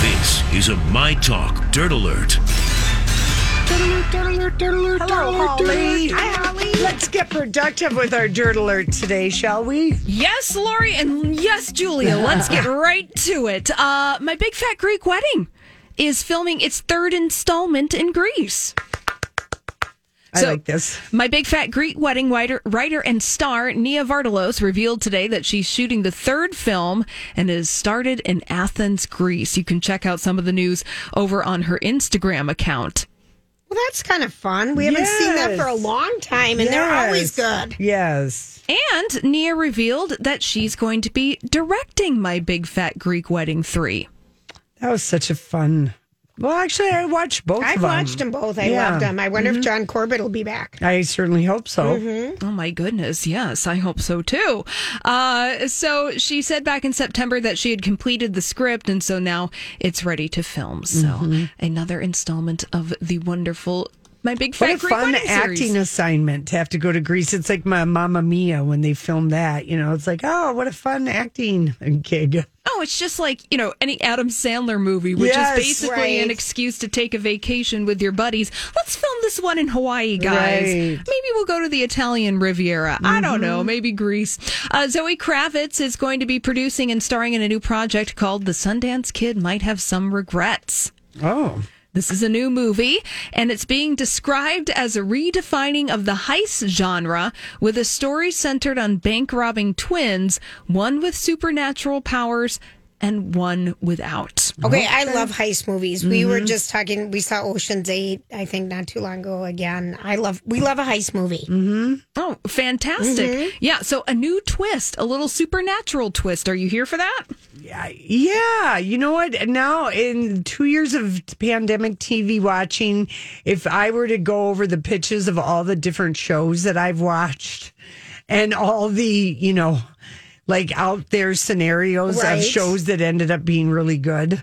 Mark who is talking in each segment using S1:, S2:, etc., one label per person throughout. S1: This is a My Talk Dirt Alert.
S2: Hello, Holly. Let's get productive with our dirt alert today, shall we?
S3: Yes, Lori, and yes, Julia. Let's get right to it. Uh, my big fat Greek wedding is filming its third installment in Greece.
S2: I
S3: So-
S2: like this.
S3: My big fat Greek wedding writer, writer and star Nia Vardalos revealed today that she's shooting the third film and is started in Athens, Greece. You can check out some of the news over on her Instagram account.
S4: Well, that's kind of fun. We haven't seen that for a
S2: Yes.
S4: long time, and they're always good.
S2: Yes.
S3: And Nia revealed that she's going to be directing My Big Fat Greek Wedding 3.
S2: That was such a fun. Well, actually, I watched both
S4: I've
S2: of them.
S4: watched them both. I
S2: Yeah. Mm-hmm.
S4: loved them. I wonder if John Corbett will be back.
S2: I certainly hope so.
S4: Mm-hmm.
S3: Oh my goodness, yes, I hope so too. Uh, so she said back in September that she had completed the script, and so now it's ready to film. So
S2: Mm-hmm.
S3: another installment of the wonderful My Big
S2: What a
S3: Fat Greek
S2: fun
S3: Wedding
S2: acting
S3: series.
S2: assignment to have to go to Greece. It's like my Mamma Mia when they filmed that. You know, it's like, oh, what a fun acting gig.
S3: oh, it's just like you know any Adam Sandler movie, which
S2: Yes,
S3: is basically
S4: right.
S3: an excuse to take a vacation with your buddies. Let's film this one in Hawaii, guys.
S2: Right. Mm-hmm.
S3: Maybe we'll go to the Italian Riviera. I don't know. Maybe Greece. Uh, Zoe Kravitz is going to be producing and starring in a new project called The Sundance Kid Might Have Some Regrets.
S2: Oh,
S3: This is a new movie, and it's being described as a redefining of the heist genre with a story centered on bank robbing twins, one with supernatural powers and one without.
S4: Okay, I love heist movies. We
S2: Mm-hmm.
S4: were just talking. We saw Ocean's Eight, I think, not too long ago. Again, I love. We love a heist movie.
S2: Mm.
S3: Oh, fantastic. Yeah, so a new twist, a little supernatural twist. Are you here for that?
S2: Yeah, you know what? Now in two years of pandemic TV watching, if I were to go over the pitches of all the different shows that I've watched and all the, you know, like out there scenarios of
S4: Right.
S2: shows that ended up being really good,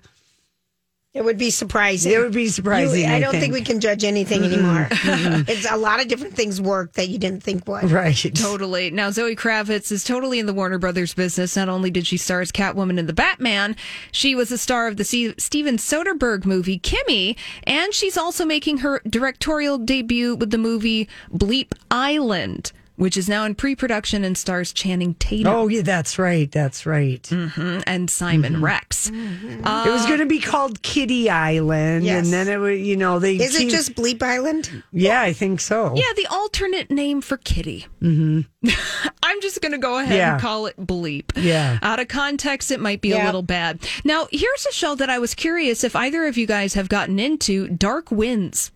S4: It would be surprising.
S2: it would be surprising.
S4: You- I, don't think. we
S2: we
S4: can judge anything anymore. it's a lot of different things work that you didn't think would.
S2: right.
S3: Totally. Now, Zoe Kravitz is totally in the Warner Brothers business. Not only did she star as Catwoman in The Batman, she was a star of the Se- Steven Soderbergh movie Kimmy, and she's also making her directorial debut with the movie Bleep Island, which is now in pre production and stars Channing Tatum
S2: Oh yeah, that's right. That's right.
S4: Mm.
S3: and Simon Rex.
S2: It was going to be called Kitty Island,
S4: Yes.
S2: and then it would, you know, they.
S4: Is it
S2: keep-
S4: just Bleep Island?
S2: Yeah, I think so.
S3: Yeah, the alternate name for kitty. Mm-hmm. I'm just going to go ahead
S2: Yeah.
S3: and call it bleep.
S2: Yeah.
S3: Out of context, it might be a
S4: Yeah.
S3: little bad. Now, here's a show that I was curious if either of you guys have gotten into Dark Winds.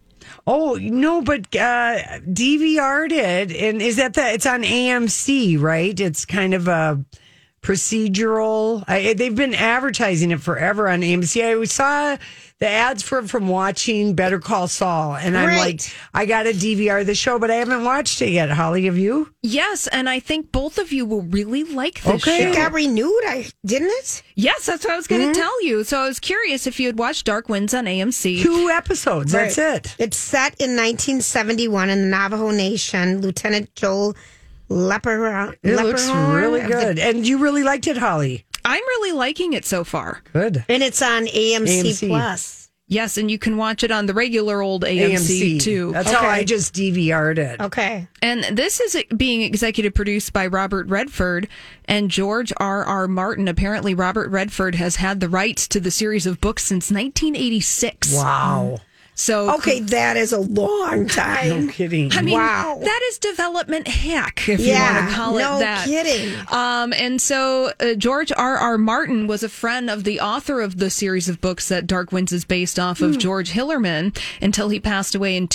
S2: Oh no, but uh, DVR'd it, and is that the? It's on AMC, right? It's kind of a procedural. I, they've been advertising it forever on AMC. I saw the ads for it from watching Better Call Saul, and I'm like,
S4: Right.
S2: I got to DVR the show, but I haven't watched it yet. Holly, have you?
S3: Yes, and I think both of you will really like this
S2: Okay. Mm-hmm.
S3: show.
S4: It got renewed. I didn't it.
S3: Yes, that's what I was going to tell you. So I was curious if you had watched Dark Winds on AMC.
S2: Two episodes. That's it.
S4: It's set in 1971 in the Navajo Nation. Lieutenant Joel Leper.
S2: It looks really good, and you really liked it, Holly.
S3: I'm really liking it so far.
S2: Good.
S4: and it's on AMC,
S2: AMC.
S4: Plus.
S3: Yes, and you can watch it on the regular old AMC, too.
S2: That's how I just DVR'd it.
S4: Okay.
S3: And this is being executive produced by Robert Redford and George R. R. Martin. Apparently, Robert Redford has had the rights to the series of books since 1986.
S2: Wow.
S3: So,
S4: Okay, that is a long
S2: No
S4: time.
S2: kidding.
S3: I mean,
S4: Wow.
S3: that is development hack, if you
S4: yeah.
S3: want to call
S4: no
S3: it that.
S4: kidding.
S3: Um, and so uh, George R. R. Martin was a friend of the author of the series of books that Dark Winds is based off
S2: Hmm.
S3: of, George Hillerman, until he passed away in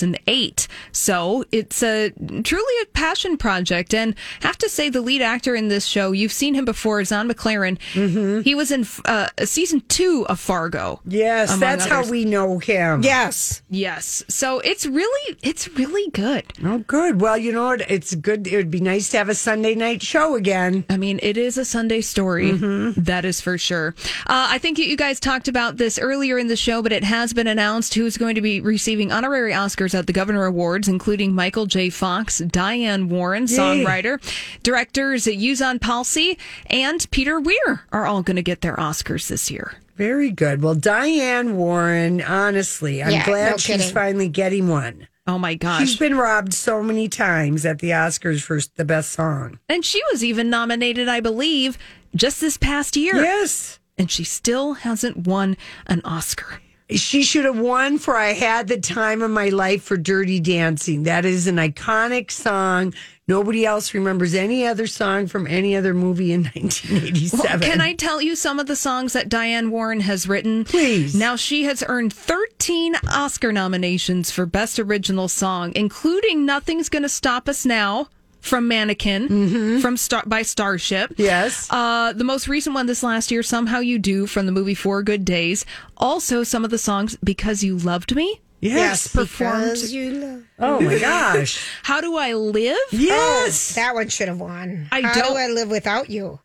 S3: 2008. So it's a truly a passion project, and have to say the lead actor in this show, you've seen him before, Zon McLaren.
S2: Mm-hmm.
S3: He was in uh, season two of Fargo.
S2: Yes,
S3: among
S2: that's how
S3: others.
S2: we know him.
S4: Yes.
S3: Yes, so it's really it's really good.
S2: Oh, good. Well, you know what? It's good. It would be nice to have a Sunday night show again.
S3: I mean, it is a Sunday story.
S2: Mm-hmm.
S3: That is for sure. Uh, I think you you guys talked about this earlier in the show, but it has been announced who's going to be receiving honorary Oscars at the Governor Awards, including Michael J. Fox, Diane Warren, songwriter, directors Yuzan Palsy, and Peter Weir are all going to get their Oscars this year.
S2: Very good. Well, Diane Warren, honestly, I'm
S4: Yeah,
S2: glad
S4: no
S2: she's
S4: kidding.
S2: finally getting one.
S3: Oh my
S2: She's
S3: gosh.
S2: been robbed so many times at the Oscars for the best song.
S3: And she was even nominated, I believe, just this past year.
S2: Yes.
S3: And she still hasn't won an Oscar.
S2: She should have won for I Had the Time of My Life for Dirty Dancing. That is an iconic song. Nobody else remembers any other song from any other movie in 1987.
S3: Can I tell you some of the songs that Diane Warren has written?
S2: Please.
S3: Now she has earned 13 Oscar nominations for Best Original Song, including "Nothing's Gonna Stop Us Now" from Mannequin, from Star by Starship.
S2: Yes.
S3: Uh, the most recent one this last year, "Somehow You Do" from the movie Four Good Days. Also, some of the songs "Because You Loved Me,"
S2: yes.
S3: performed.
S4: Because you love-
S2: Oh my gosh.
S3: "How Do I Live."
S2: Yes.
S4: Oh, That one should have won.
S3: I
S4: How
S3: don't-
S4: do I live without you?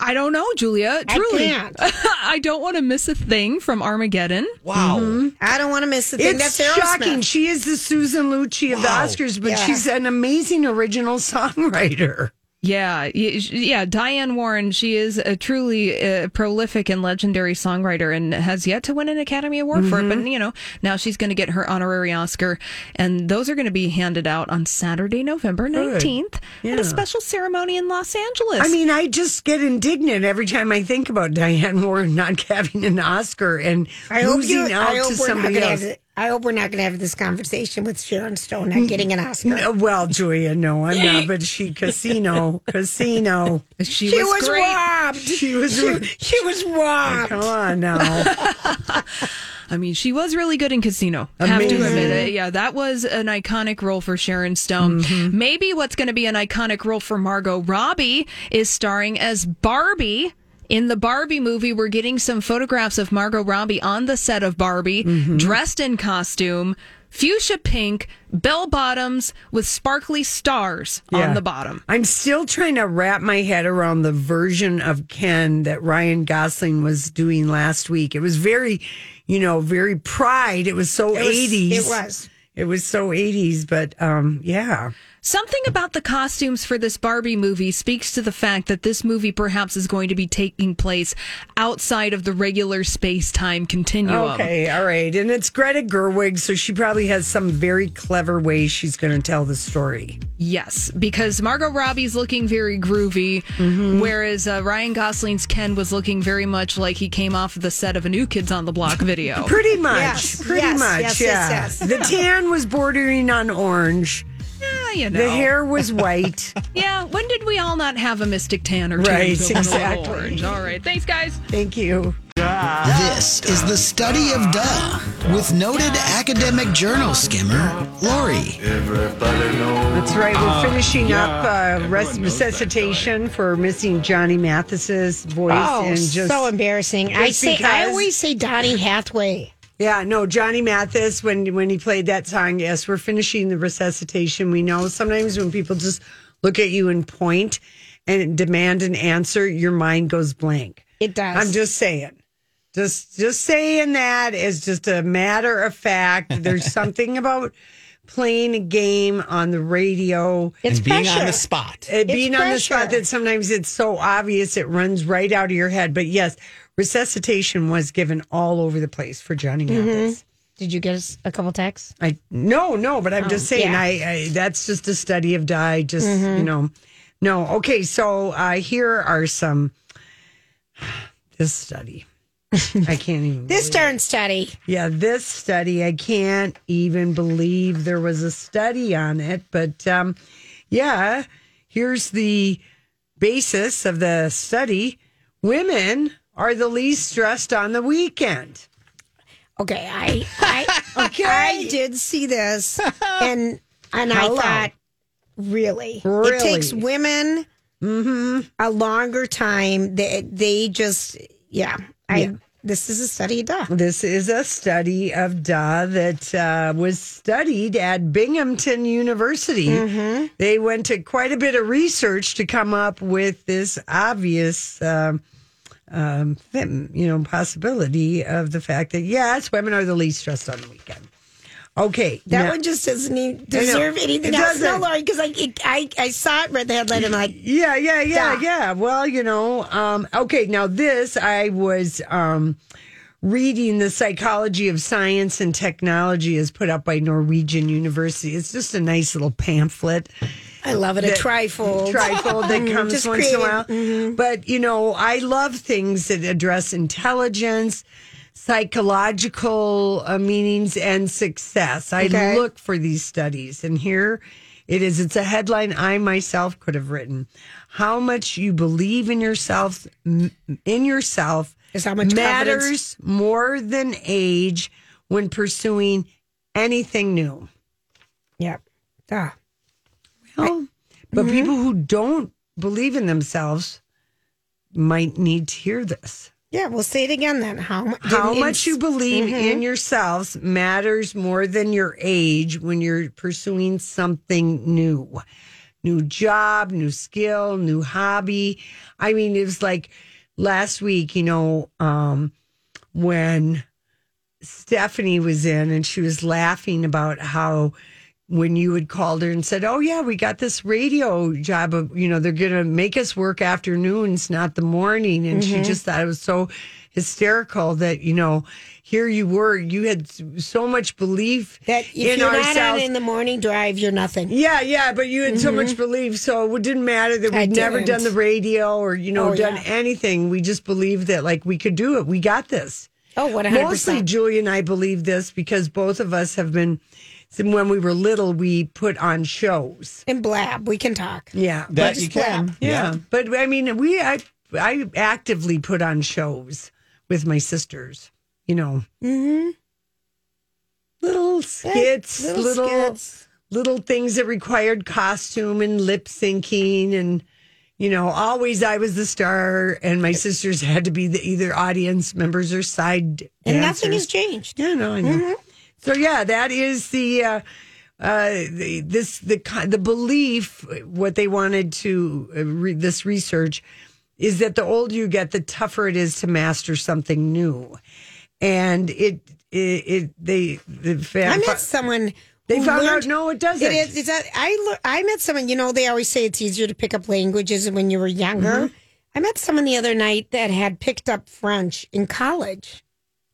S3: I don't know, Julia.
S4: I
S3: Truly,
S4: can't.
S3: I don't want to miss a thing from Armageddon.
S5: Wow.
S4: I don't want to miss the thing.
S2: It's
S4: That's Aerosmith.
S2: shocking. She is the Susan Lucci of
S5: Wow.
S2: the Oscars, but
S4: Yeah.
S2: she's an amazing original songwriter.
S3: Yeah, y- yeah. Diane Warren, she is a truly uh, prolific and legendary songwriter, and has yet to win an Academy Award for it. But
S2: Mm-hmm.
S3: you know, now she's going to get her honorary Oscar, and those are going to be handed out on Saturday, November nineteenth, at
S2: Yeah.
S3: a special ceremony in Los Angeles.
S2: I mean, I just get indignant every time I think about Diane Warren not having an Oscar and
S4: I hope
S2: losing
S4: you.
S2: out
S4: I hope
S2: to
S4: we're not
S2: somebody
S4: gonna
S2: else.
S4: have. th- I hope we're not going to have this conversation with Sharon Stone not getting an Oscar.
S2: No, well, Julia, no, I'm not. But she, Casino, Casino,
S3: she,
S4: She
S3: was,
S4: was
S3: great.
S4: robbed.
S2: she was.
S4: She was robbed.
S2: Come on now.
S3: I mean, she was really good in Casino. Have to admit it. Yeah, that was an iconic role for Sharon Stone. Maybe what's going to be an iconic role for Margot Robbie is starring as Barbie. In the Barbie movie, we're getting some photographs of Margot Robbie on the set of Barbie, dressed in costume, fuchsia pink, bell bottoms with sparkly stars
S2: Yeah.
S3: on the bottom.
S2: I'm still trying to wrap my head around the version of Ken that Ryan Gosling was doing last week. It was very, you know, very pride. It was so
S4: It was-
S2: 80s.
S4: It was.
S2: It was so 80s, but um, yeah.
S3: Something about the costumes for this Barbie movie speaks to the fact that this movie perhaps is going to be taking place outside of the regular space time continuum.
S2: Okay, all right. And it's Greta Gerwig, so she probably has some very clever way she's going to tell the story.
S3: Yes, because Margot Robbie's looking very groovy,
S2: Mm-hmm.
S3: whereas uh, Ryan Gosling's Ken was looking very much like he came off the set of a New Kids on the Block video.
S2: Pretty much.
S4: Yes,
S2: pretty
S4: yes,
S2: much.
S4: yes,
S2: yeah.
S4: yes, yes.
S2: The tan was bordering on orange.
S3: yeah, you know.
S2: The hair was white.
S3: Yeah, when did we all not have a mystic tan or two?
S2: Right,
S3: going a little
S2: exactly.
S3: orange? All right, thanks, guys.
S2: Thank you.
S5: This is the study of duh with noted academic journal skimmer Lori.
S2: That's right. We're finishing up uh, res- resuscitation for missing Johnny Mathis's voice
S4: Oh,
S2: and just
S4: so embarrassing. I
S2: just
S4: say. I
S2: because-
S4: always say Donnie Hathaway.
S2: yeah, no, Johnny Mathis when when he played that song. Yes, we're finishing the resuscitation. We know sometimes when people just look at you and point and demand an answer, your mind goes blank.
S4: It does.
S2: I'm just saying. Just just saying that is just a matter of fact. There's something about playing a game on the radio.
S4: It's
S5: and being
S4: pressure.
S5: on the spot.
S2: it Uh, being on the spot
S4: pressure.
S2: that sometimes it's so obvious it runs right out of your head. But yes, resuscitation was given all over the place for Johnny
S4: Mm-hmm.
S2: Knoxville.
S4: Did you get us a couple texts?
S2: I no, no, but I'm just saying.
S4: Oh, yeah. Mm-hmm.
S2: I, I that's just a study of die. Just you know, no. Okay, so uh, here are some. This study, I can't even.
S4: This darn study.
S2: Yeah, this study, I can't even believe there was a study on it. But um, yeah, here's the basis of the study women are the least stressed on the weekend.
S4: Okay, I I okay. I did see this and and I
S2: How long?
S4: thought really? Mm-hmm.
S2: Really?
S4: it takes women a longer time they they just yeah. I this is a study duh.
S2: This is a study of DA that uh, was studied at Binghamton University. They went to quite a bit of research to come up with this obvious, um, um, thing, you know, possibility of the fact that yes, women are the least stressed on the weekend. Okay,
S4: That
S2: now-
S4: one just doesn't even deserve
S2: It
S4: anything else. No,
S2: doesn't.
S4: Lori, because I, it- I I saw it, read the headline, and I'm like,
S2: Yeah, yeah, yeah,
S4: Yeah.
S2: yeah. Well, you know, um, okay, now this I was um, reading the psychology of science and technology is put up by Norwegian University. It's just a nice little pamphlet
S4: I love it. A trifold. Mm-hmm.
S2: trifold that comes once
S4: Just Mm-hmm.
S2: in a
S4: created-
S2: while. But you know, I love things that address intelligence, psychological uh, meanings, and success. I
S4: Okay.
S2: look for these studies, and here it is. It's a headline I myself could have written. How much you believe in yourself, m- in yourself,
S4: Is how much
S2: matters
S4: confidence-
S2: more than age when pursuing anything new.
S4: Yep. Duh.
S2: Oh, but people who don't believe in themselves might need to hear this.
S4: Yeah, we'll say it again then. How, mu-
S2: How
S4: didn't
S2: much
S4: ins-
S2: you believe
S4: Mm-hmm.
S2: in yourselves matters more than your age when you're pursuing something new. New job, new skill, new hobby. I mean, it was like last week, you know, um, when Stephanie was in and she was laughing about how when you had called her and said, "Oh yeah, we got this radio job of you know they're going to make us work afternoons, not the morning," and she
S4: Mm-hmm.
S2: just thought it was so hysterical that you know here you were, you had s- so much belief
S4: That if
S2: in
S4: you're
S2: ourselves.
S4: not out in the morning drive, you're nothing.
S2: yeah, yeah, but you had so much belief, so it didn't matter that
S4: I
S2: we'd never
S4: didn't.
S2: done the radio or you know
S4: Oh,
S2: done
S4: yeah.
S2: anything. We just believed that like we could do it. We got this.
S4: Oh, what a hundred
S2: Mostly,
S4: percent.
S2: Julie and I believe this because both of us have been. Since when we were little, we put on shows.
S4: And blab, we can talk.
S2: Yeah,
S6: That
S4: Just
S6: you can.
S4: laugh.
S2: but, yeah. But I mean, we I I actively put on shows with my sisters. You know,
S4: Mm-hmm.
S2: little skits, little little,
S4: skits.
S2: things that required costume and lip syncing and. You know, always I was the star, and my sisters had to be the either audience members or side
S4: And
S2: dancers.
S4: nothing has changed.
S2: Yeah, no, I know. Mm-hmm. So yeah, that is the uh, uh, the, this the ki- the belief what they wanted to uh, re- this research is that the older you get, the tougher it is to master something new, and it it, it they the fan,
S4: I met someone.
S2: they
S4: who
S2: found out
S4: learned-
S2: no, it doesn't.
S4: It is. It's a, I lear- I met someone. You know, they always say it's easier to pick up languages when you were younger.
S2: Mm-hmm.
S4: I met someone the other night that had picked up French in college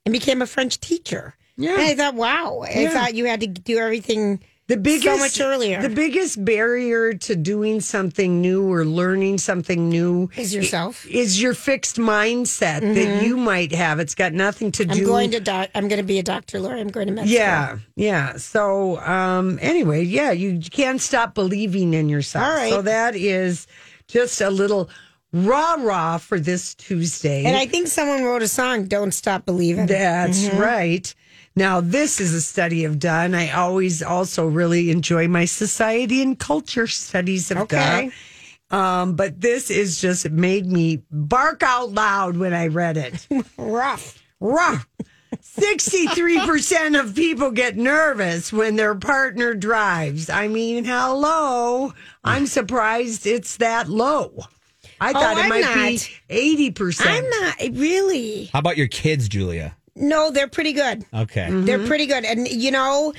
S4: and became a French teacher.
S2: Yeah.
S4: And I thought, wow. I
S2: Yeah.
S4: thought you had to do everything.
S2: the biggest
S4: much earlier.
S2: The biggest barrier to doing something new or learning something new
S4: Is yourself. Mm-hmm.
S2: is your fixed mindset that you might have. It's got nothing to
S4: I'm
S2: do.
S4: going to doc- I'm going to be a doctor, Lori. I'm going to med
S2: Yeah, yeah. So um anyway, yeah, you can't stop believing in yourself.
S4: All right.
S2: So that is just a little rah rah for this Tuesday.
S4: school. And I Mm-hmm. think someone wrote a song, "Don't Stop Believing."
S2: That's right. Now this is a study of DA, and I always also really enjoy my society and culture studies of
S4: Okay.
S2: DA. Um, but this is just it made me bark out loud when I read it.
S4: Rough.
S2: Rah. 63% of people get nervous when their partner drives. I mean, hello. I'm surprised it's that low. I thought it
S4: Oh, I'm
S2: might
S4: not.
S2: be 80%.
S4: I'm not really.
S6: How about your kids, Julia?
S4: No, they're pretty good.
S6: Okay.
S4: They're pretty good, and you know,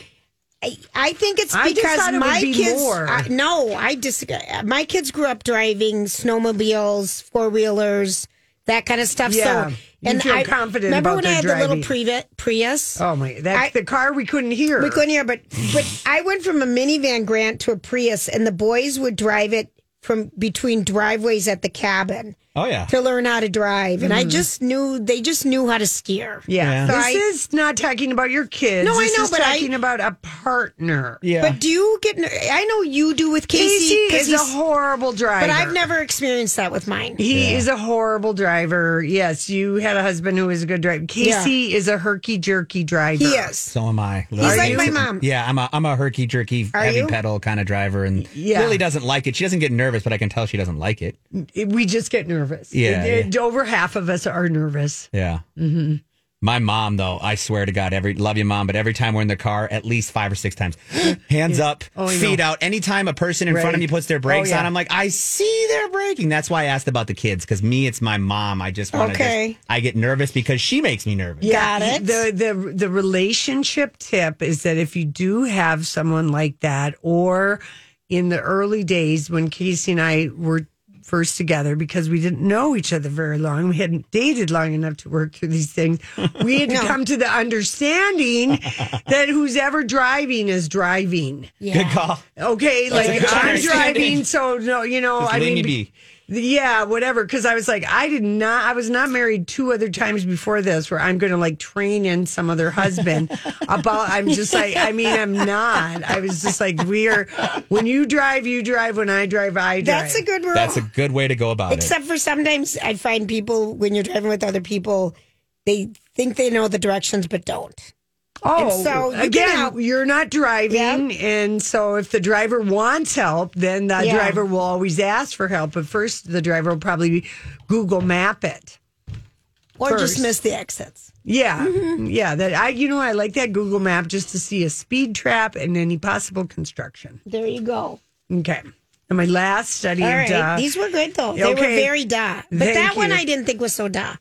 S4: I, I think it's
S2: Mm-hmm. I just
S4: because
S2: thought it would
S4: my
S2: be
S4: kids.
S2: more.
S4: I- no, I disagree. My kids grew up driving snowmobiles, four wheelers, that kind of stuff.
S2: Yeah.
S4: So,
S2: You feel confident
S4: remember
S2: about
S4: when I
S2: their
S4: had the little
S2: driving.
S4: Prive- Prius?
S2: Oh my! That's
S4: I-
S2: the car we couldn't hear.
S4: We couldn't hear, but but I went from a minivan grant to a Prius, and the boys would drive it from between driveways at the cabin
S6: Oh yeah.
S4: to learn how to drive, and I just knew they just knew how to steer.
S2: Mm-hmm. Yeah,
S6: Yeah.
S4: So
S2: this
S4: I-
S2: is not talking about your kids.
S4: No, I
S2: This
S4: know,
S2: is
S4: but I-
S2: talking about a partner.
S6: Yeah.
S4: But do you get? ner- I know you do with
S2: Casey
S4: Casey
S2: is
S4: 'cause
S2: a
S4: he's-
S2: horrible driver.
S4: but I've never experienced that with mine.
S2: He is a horrible driver. Yes, you had a husband who was a good driver. Casey is a herky jerky driver.
S4: He is.
S6: so am I. He's
S4: like my mom.
S6: Yeah, I'm a I'm a herky jerky
S4: Are
S6: heavy
S4: you?
S6: pedal kind of driver, and
S2: Yeah.
S6: Lily doesn't like it. She doesn't get nervous, but I can tell she doesn't like it.
S2: It- We just get nervous.
S6: Yeah,
S2: It- it- over half of us are nervous.
S6: Yeah. Mm-hmm. My mom, though, I swear to God, every love you, mom, but every time we're in the car, at least five or six times, hands up,
S2: Oh, I know.
S6: feet out. Anytime a person in front
S2: Right.
S6: of me puts their brakes
S2: Oh, yeah.
S6: on, I'm like, I see they're braking. That's why I asked about the kids because me, it's my mom. I just want to.
S4: Okay.
S6: I get nervous because she makes me nervous.
S4: Got it.
S2: The the the relationship tip is that if you do have someone like that, or in the early days when Casey and I were first together, because we didn't know each other very long, we hadn't dated long enough to work through these things. We had to come to the understanding that who's ever driving is driving.
S6: Good call.
S2: Okay, like
S6: good
S2: I'm
S6: understanding.
S2: driving, so no, you know,
S6: Just
S2: I mean,
S6: leave me be.
S2: yeah, whatever. Because I was like, I did not, I was not married two other times before this, where I'm going to like train in some other husband. about, I'm just like, I mean, I'm not. I was just like, we are. When you drive, you drive. When I drive, I drive.
S4: That's a good rule.
S6: That's a good way to go about it.
S4: Except for sometimes I find people when you're driving with other people, they think they know the directions but don't.
S2: Oh,
S4: And so you can
S2: again,
S4: help.
S2: you're not driving, and so if the driver wants help, then the
S4: Yeah.
S2: driver will always ask for help. But first, the driver will probably Google Map it.
S4: Or
S2: First.
S4: just miss the exits.
S2: Yeah,
S4: Mm-hmm.
S2: yeah. That I, you know, I like that Google map just to see a speed trap and any possible construction.
S4: There you go.
S2: Okay, and my last study
S4: All
S2: of
S4: right.
S2: duh-
S4: These were good though. They were
S2: Okay.
S4: very da. But
S2: Thank
S4: that one
S2: you.
S4: I didn't think was so da.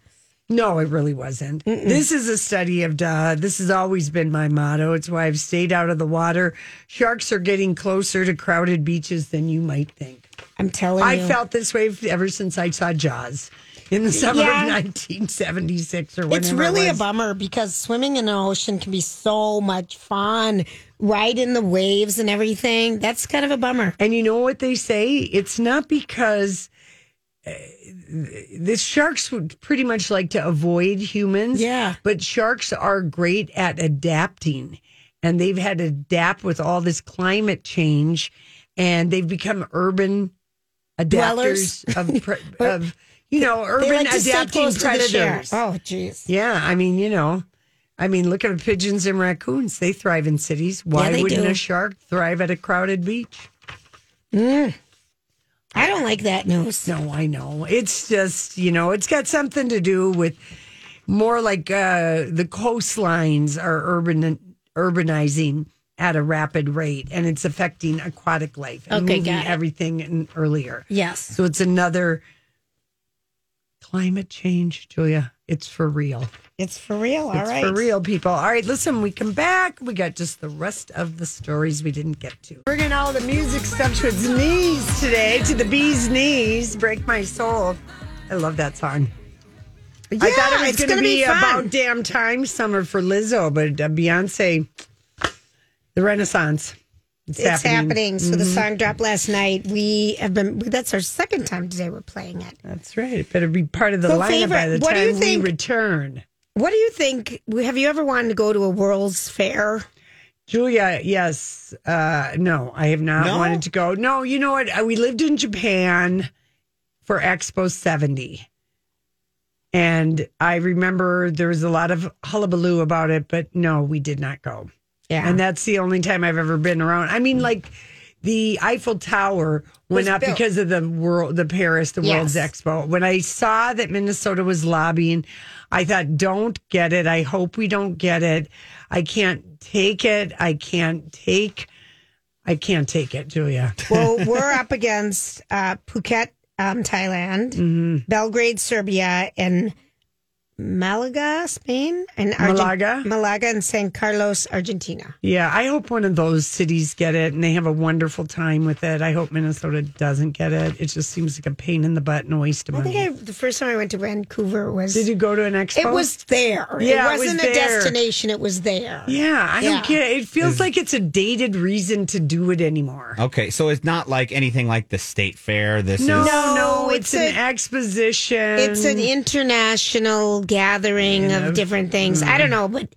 S2: No, it really wasn't. This is a study of duh. This has always been my motto. It's why I've stayed out of the water. Sharks are getting closer to crowded beaches than you might think.
S4: I'm telling you.
S2: I felt this way ever since I saw Jaws in the summer
S4: Yeah.
S2: of 1976 or whatever.
S4: it's
S2: it
S4: really a
S2: was.
S4: bummer because swimming in the ocean can be so much fun. Right in the waves and everything. That's kind of a bummer.
S2: And you know what they say? It's not because uh, the sharks would pretty much like to avoid humans.
S4: Yeah.
S2: But sharks are great at adapting, and they've had to adapt with all this climate change, and they've become urban
S4: Dwellers.
S2: adapters of, pre- of you know
S4: They
S2: urban
S4: like to stay
S2: adapting
S4: close to the shore.
S2: predators.
S4: Oh, jeez.
S2: Yeah, I mean, you know, I mean, look at pigeons and raccoons. They thrive in cities. Why
S4: they
S2: wouldn't
S4: do.
S2: a shark thrive at a crowded beach?
S4: Mm. I don't like that news.
S2: No, I know. It's just, you know, it's got something to do with more like uh, the coastlines are urban urbanizing at a rapid rate and it's affecting aquatic life and
S4: Okay,
S2: moving
S4: got it.
S2: everything in earlier.
S4: Yes.
S2: So it's another climate change, Julia. It's for real.
S4: It's for real. All right.
S2: It's for real, people. All right, listen, we come back. We got just the rest of the stories we didn't get to. Bringing all the music stuff to its knees today, to the bee's knees. Break my soul. I love that song. I
S4: Yeah,
S2: thought it was
S4: it's
S2: going to
S4: gonna
S2: be,
S4: be fun.
S2: about damn time summer for Lizzo, but uh, Beyonce, the Renaissance. It's, Mm,
S4: it's happening. Mm-hmm. So the song dropped last night. We have been. That's our second time today. We're playing it.
S2: That's right. It better be part of the
S4: So,
S2: lineup by
S4: favorite,
S2: the
S4: what do you
S2: time we
S4: think-
S2: return.
S4: What do you think? Have you ever wanted to go to a World's Fair?
S2: Julia, yes. Uh, no, I have not
S6: No?
S2: wanted to go. No, you know what? Uh, We lived in Japan for Expo 70. And I remember there was a lot of hullabaloo about it, but no, we did not go.
S4: Yeah. Mm.
S2: And that's the only time I've ever been around. I mean, like the Eiffel Tower went
S4: Was
S2: up
S4: built.
S2: because of the world, the Paris, the World's
S4: Yes.
S2: Expo. When I saw that Minnesota was lobbying, I thought, don't get it. I hope we don't get it. I can't take it. I can't take. I can't take it, Julia.
S4: well, we're up against Mm-hmm. uh, Phuket, um, Thailand, Belgrade, Serbia, and Malaga, Spain, and Argent-
S2: Malaga?
S4: Malaga, and San Carlos, Argentina.
S2: Yeah, I hope one of those cities get it and they have a wonderful time with it. I hope Minnesota doesn't get it. It just seems like a pain in the butt and a waste of
S4: I
S2: money.
S4: think I, the first time I went to Vancouver was
S2: Did you go to an expo?
S4: it was there.
S2: Yeah, it
S4: it
S2: was
S4: wasn't
S2: there.
S4: a destination. It was there.
S2: Yeah, I
S4: Yeah.
S2: don't care. It feels like it's a dated reason to do it anymore.
S6: Okay, so it's not like anything like the state fair. This
S2: No,
S6: is
S2: no,
S4: No,
S2: it's,
S4: it's
S2: an
S4: a-
S2: exposition.
S4: It's an international gathering of different things. I
S2: Mm.
S4: don't know, but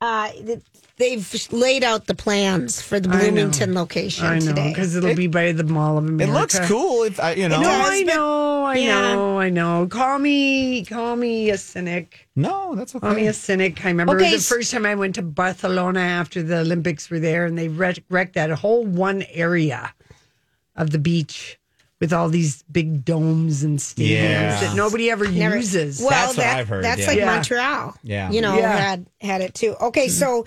S4: uh, th- they've laid out the plans for the
S2: I know.
S4: Bloomington location
S2: I know
S4: today.
S2: because it'll be by the Mall of
S6: it
S2: America.
S6: looks cool. If I, you know,
S2: No,
S4: does,
S2: I
S4: but-
S2: know, I
S4: Yeah.
S2: know, I know. Call me, call me a cynic.
S6: no, that's okay.
S2: Call me a cynic. I remember
S4: Okay,
S2: the
S4: s-
S2: first time I went to Barcelona after the Olympics were there, and they wreck- wrecked that whole one area of the beach with all these big domes and stadiums
S6: Yeah.
S2: that nobody ever uses.
S4: Well,
S6: That's what
S4: that-
S6: I've heard,
S4: That's
S6: yeah.
S4: like
S2: Yeah.
S4: Montreal.
S6: Yeah.
S4: you know,
S2: Yeah. Hmm.
S4: had had it too. Okay, so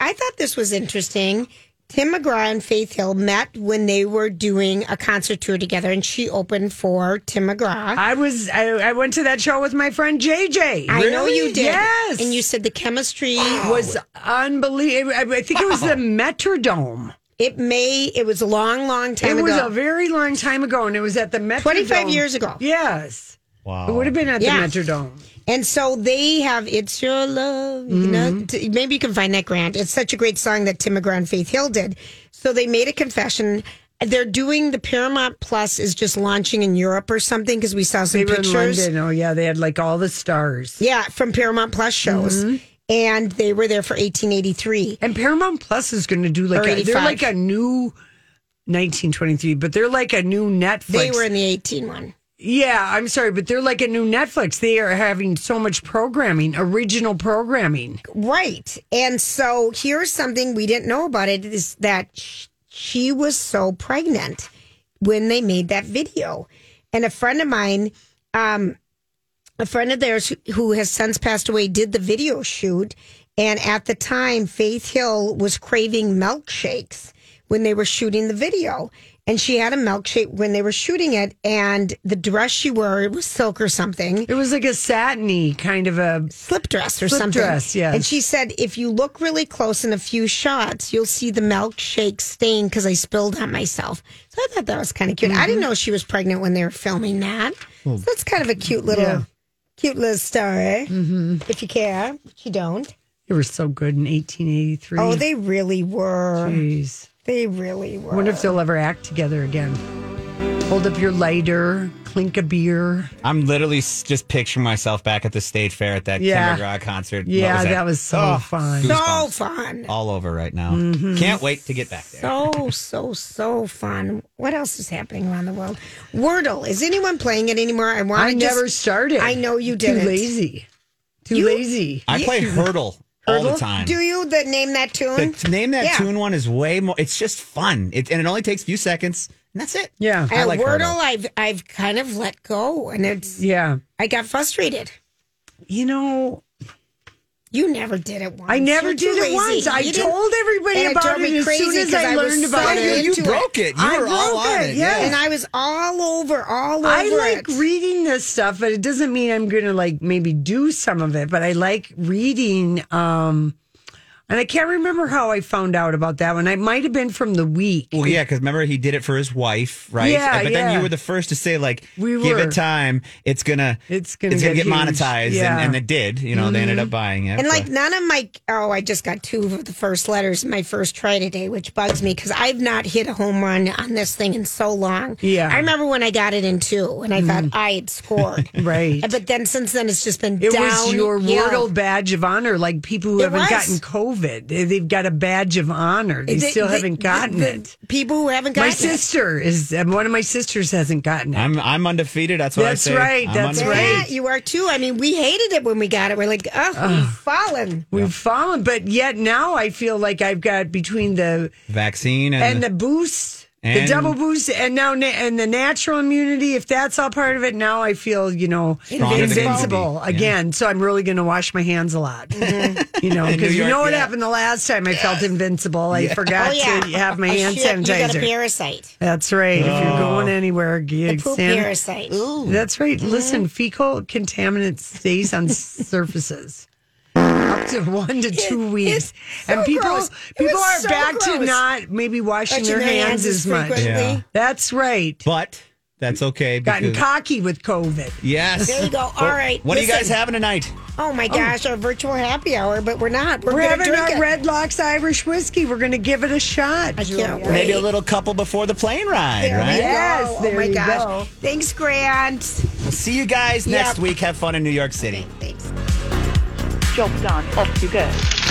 S4: I thought this was interesting. Tim McGraw and Faith Hill met when they were doing a concert tour together, and she opened for Tim McGraw.
S2: I was I, I went to that show with my friend JJ.
S4: I know you did.
S2: Yes.
S4: and you said the chemistry
S2: was unbelievable. I I think it was the Metrodome.
S4: It may. It was a long, long time
S2: It was
S4: ago.
S2: a very long time ago, and it was at the Metrodome.
S4: 25 years ago.
S2: Yes.
S6: Wow.
S2: It would have been at
S4: Yeah.
S2: the Metrodome.
S4: And so they have "It's Your Love." You know,
S2: Mm-hmm.
S4: t- maybe you can find that grant. It's such a great song that Tim McGraw and Faith Hill did. So they made a confession. They're doing the Paramount Plus is just launching in Europe or something because we saw some
S2: They were in
S4: pictures.
S2: London. Oh, yeah. They had like all the stars.
S4: Yeah, from Paramount Plus shows,
S2: Mm-hmm.
S4: and they were there for 1883.
S2: And Paramount Plus is going to do like
S4: Or
S2: a, they're
S4: 85.
S2: like a new 1923, but they're like a new Netflix.
S4: They were in the 18 one.
S2: yeah, I'm sorry, but they're like a new Netflix. They are having so much programming, original programming.
S4: Right. And so here's something we didn't know about it is that sh- she was so pregnant when they made that video. And a friend of mine, um, a friend of theirs who- who has since passed away, did the video shoot. And at the time, Faith Hill was craving milkshakes when they were shooting the video. And she had a milkshake when they were shooting it. And the dress she wore, it was silk or something
S2: It was like a satiny kind of a
S4: slip dress or
S2: Slip
S4: something.
S2: dress, yes.
S4: And she said, if you look really close in a few shots, you'll see the milkshake stain because I spilled on myself. So I thought that was kind of cute. I didn't
S2: Mm-hmm.
S4: know she was pregnant when they were filming that. So that's kind of a cute little,
S2: Yeah.
S4: cute little story. Mm-hmm. If you care, but you don't.
S2: They were so good in 1883.
S4: Oh, they really were.
S2: Jeez.
S4: They really
S2: I
S4: were.
S2: wonder if they'll ever act together again. Hold up your lighter, clink a beer.
S6: I'm literally s- just picturing myself back at the state fair at that
S2: Yeah.
S6: Tim McGraw concert. What
S2: Yeah, that?
S6: that?
S2: was so
S6: Oh,
S2: fun. Mm-hmm.
S4: so fun.
S6: all over right now. Can't wait to get back there.
S4: So, so, so fun. What else is happening around the world? Wordle. Is anyone playing it anymore? I want
S2: I,
S4: to
S2: never
S4: just,
S2: started.
S4: I know you
S2: Too
S4: didn't.
S2: lazy. Too
S4: You-
S2: lazy.
S6: I play hurdle all the
S2: Hurdle?
S6: time.
S4: Do you the name that tune?
S6: the name that
S4: Yeah.
S6: tune one is way more. It's just fun, it, and it only takes a few seconds, and that's it.
S2: Yeah.
S6: I
S4: Uh,
S6: like
S4: Wordle,
S6: Hurdle.
S4: I've I've kind of let go, and it's
S2: Yeah.
S4: I got frustrated.
S2: You know,
S4: You never did it once.
S2: I never
S4: You're too
S2: did it
S4: lazy.
S2: once. I
S4: You didn't-
S2: told everybody
S4: and it
S2: about
S4: drove
S2: it
S4: me
S2: as soon
S4: crazy
S2: as
S4: 'cause
S2: I
S4: I was
S2: learned about
S4: so
S2: it.
S6: You
S4: into it.
S6: broke it. You
S2: I
S6: were all
S2: broke
S6: on
S2: it,
S6: it.
S2: yeah.
S4: and I was all over, all over.
S2: I like
S4: it.
S2: reading this stuff, but it doesn't mean I'm going to like maybe do some of it. But I like reading. Um, and I can't remember how I found out about that one. I might have been from the week.
S6: Well, yeah, because remember he did it for his wife, right?
S2: Yeah,
S6: but
S2: yeah.
S6: then you were the first to say, like,
S2: We
S6: give
S2: were.
S6: it time. It's gonna,
S2: It's gonna get
S6: get,
S2: huge.
S6: monetized,
S2: Yeah. Mm-hmm.
S6: and, and it did. You know, they ended up buying it.
S4: And like
S6: but-
S4: none of my oh, I just got two of the first letters in my first try today, which bugs me because I've not hit a home run on this thing in so long.
S2: Yeah. Mm.
S4: I remember when I got it in two, and I thought I had scored.
S2: Right.
S4: But then since then, it's just been
S2: It
S4: down.
S2: was your
S4: hill.
S2: Wordle badge of honor, like people who
S4: It
S2: haven't
S4: was.
S2: gotten COVID. They- They've got a badge of honor. They,
S4: They-
S2: still
S4: they-
S2: haven't gotten
S4: the-
S2: it.
S4: People who haven't gotten
S2: My
S4: it.
S2: sister is um, one of my sisters hasn't gotten it.
S6: I'm I'm undefeated. That's what
S2: That's
S6: I say.
S2: right,
S6: I'm
S2: that's
S6: undefeated.
S2: right.
S4: Yeah, you are too. I mean, we hated it when we got it. We're like, oh, we've fallen.
S2: We've fallen, but yet now I feel like I've got between the
S6: Vaccine and,
S2: and the boost The
S6: And
S2: double boost and now na- and the natural immunity. If that's all part of it, now I feel you know
S6: Stronger than
S2: invincible
S6: immunity, yeah.
S2: again. So I'm really going to wash my hands a lot.
S4: Mm-hmm.
S2: You know, because you
S6: York,
S2: know what
S6: yeah.
S2: happened the last time I felt invincible. I forgot to have my
S4: I
S2: hand
S4: should- You got Oh,
S2: sanitizer.
S4: a parasite.
S2: that's right. If
S6: Oh.
S2: you're going anywhere,
S4: A
S2: get
S4: poop
S2: san-
S4: parasite.
S2: That's right. Listen, fecal contaminant stays on surfaces up to one to two weeks,
S4: so
S2: and people
S4: gross. It
S2: people
S4: was
S2: are
S4: so
S2: back to
S4: gross.
S2: not maybe washing
S4: Touching
S2: their hands as much.
S4: frequently.
S6: Yeah.
S2: That's right.
S6: But that's okay.
S2: Gotten
S6: because-
S2: cocky with COVID.
S6: Yes.
S4: There you go. All
S6: What-
S4: right,
S6: What are you guys
S4: listen.
S6: having tonight?
S4: Oh my gosh, our virtual happy hour, but we're not. We're,
S2: We're
S4: gonna
S2: having
S4: drink
S2: our
S4: it.
S2: Red Locks Irish whiskey. We're going to give it a shot.
S4: I can't wait.
S6: Maybe a little couple before the plane ride,
S4: There we
S6: right?
S4: go.
S2: Yes,
S4: oh
S2: there
S4: my
S2: you
S4: gosh.
S2: go.
S4: Thanks, Grant.
S6: We'll see you guys next
S4: Yep.
S6: week. Have fun in New York City.
S4: Thanks.
S7: Job done. Off you go.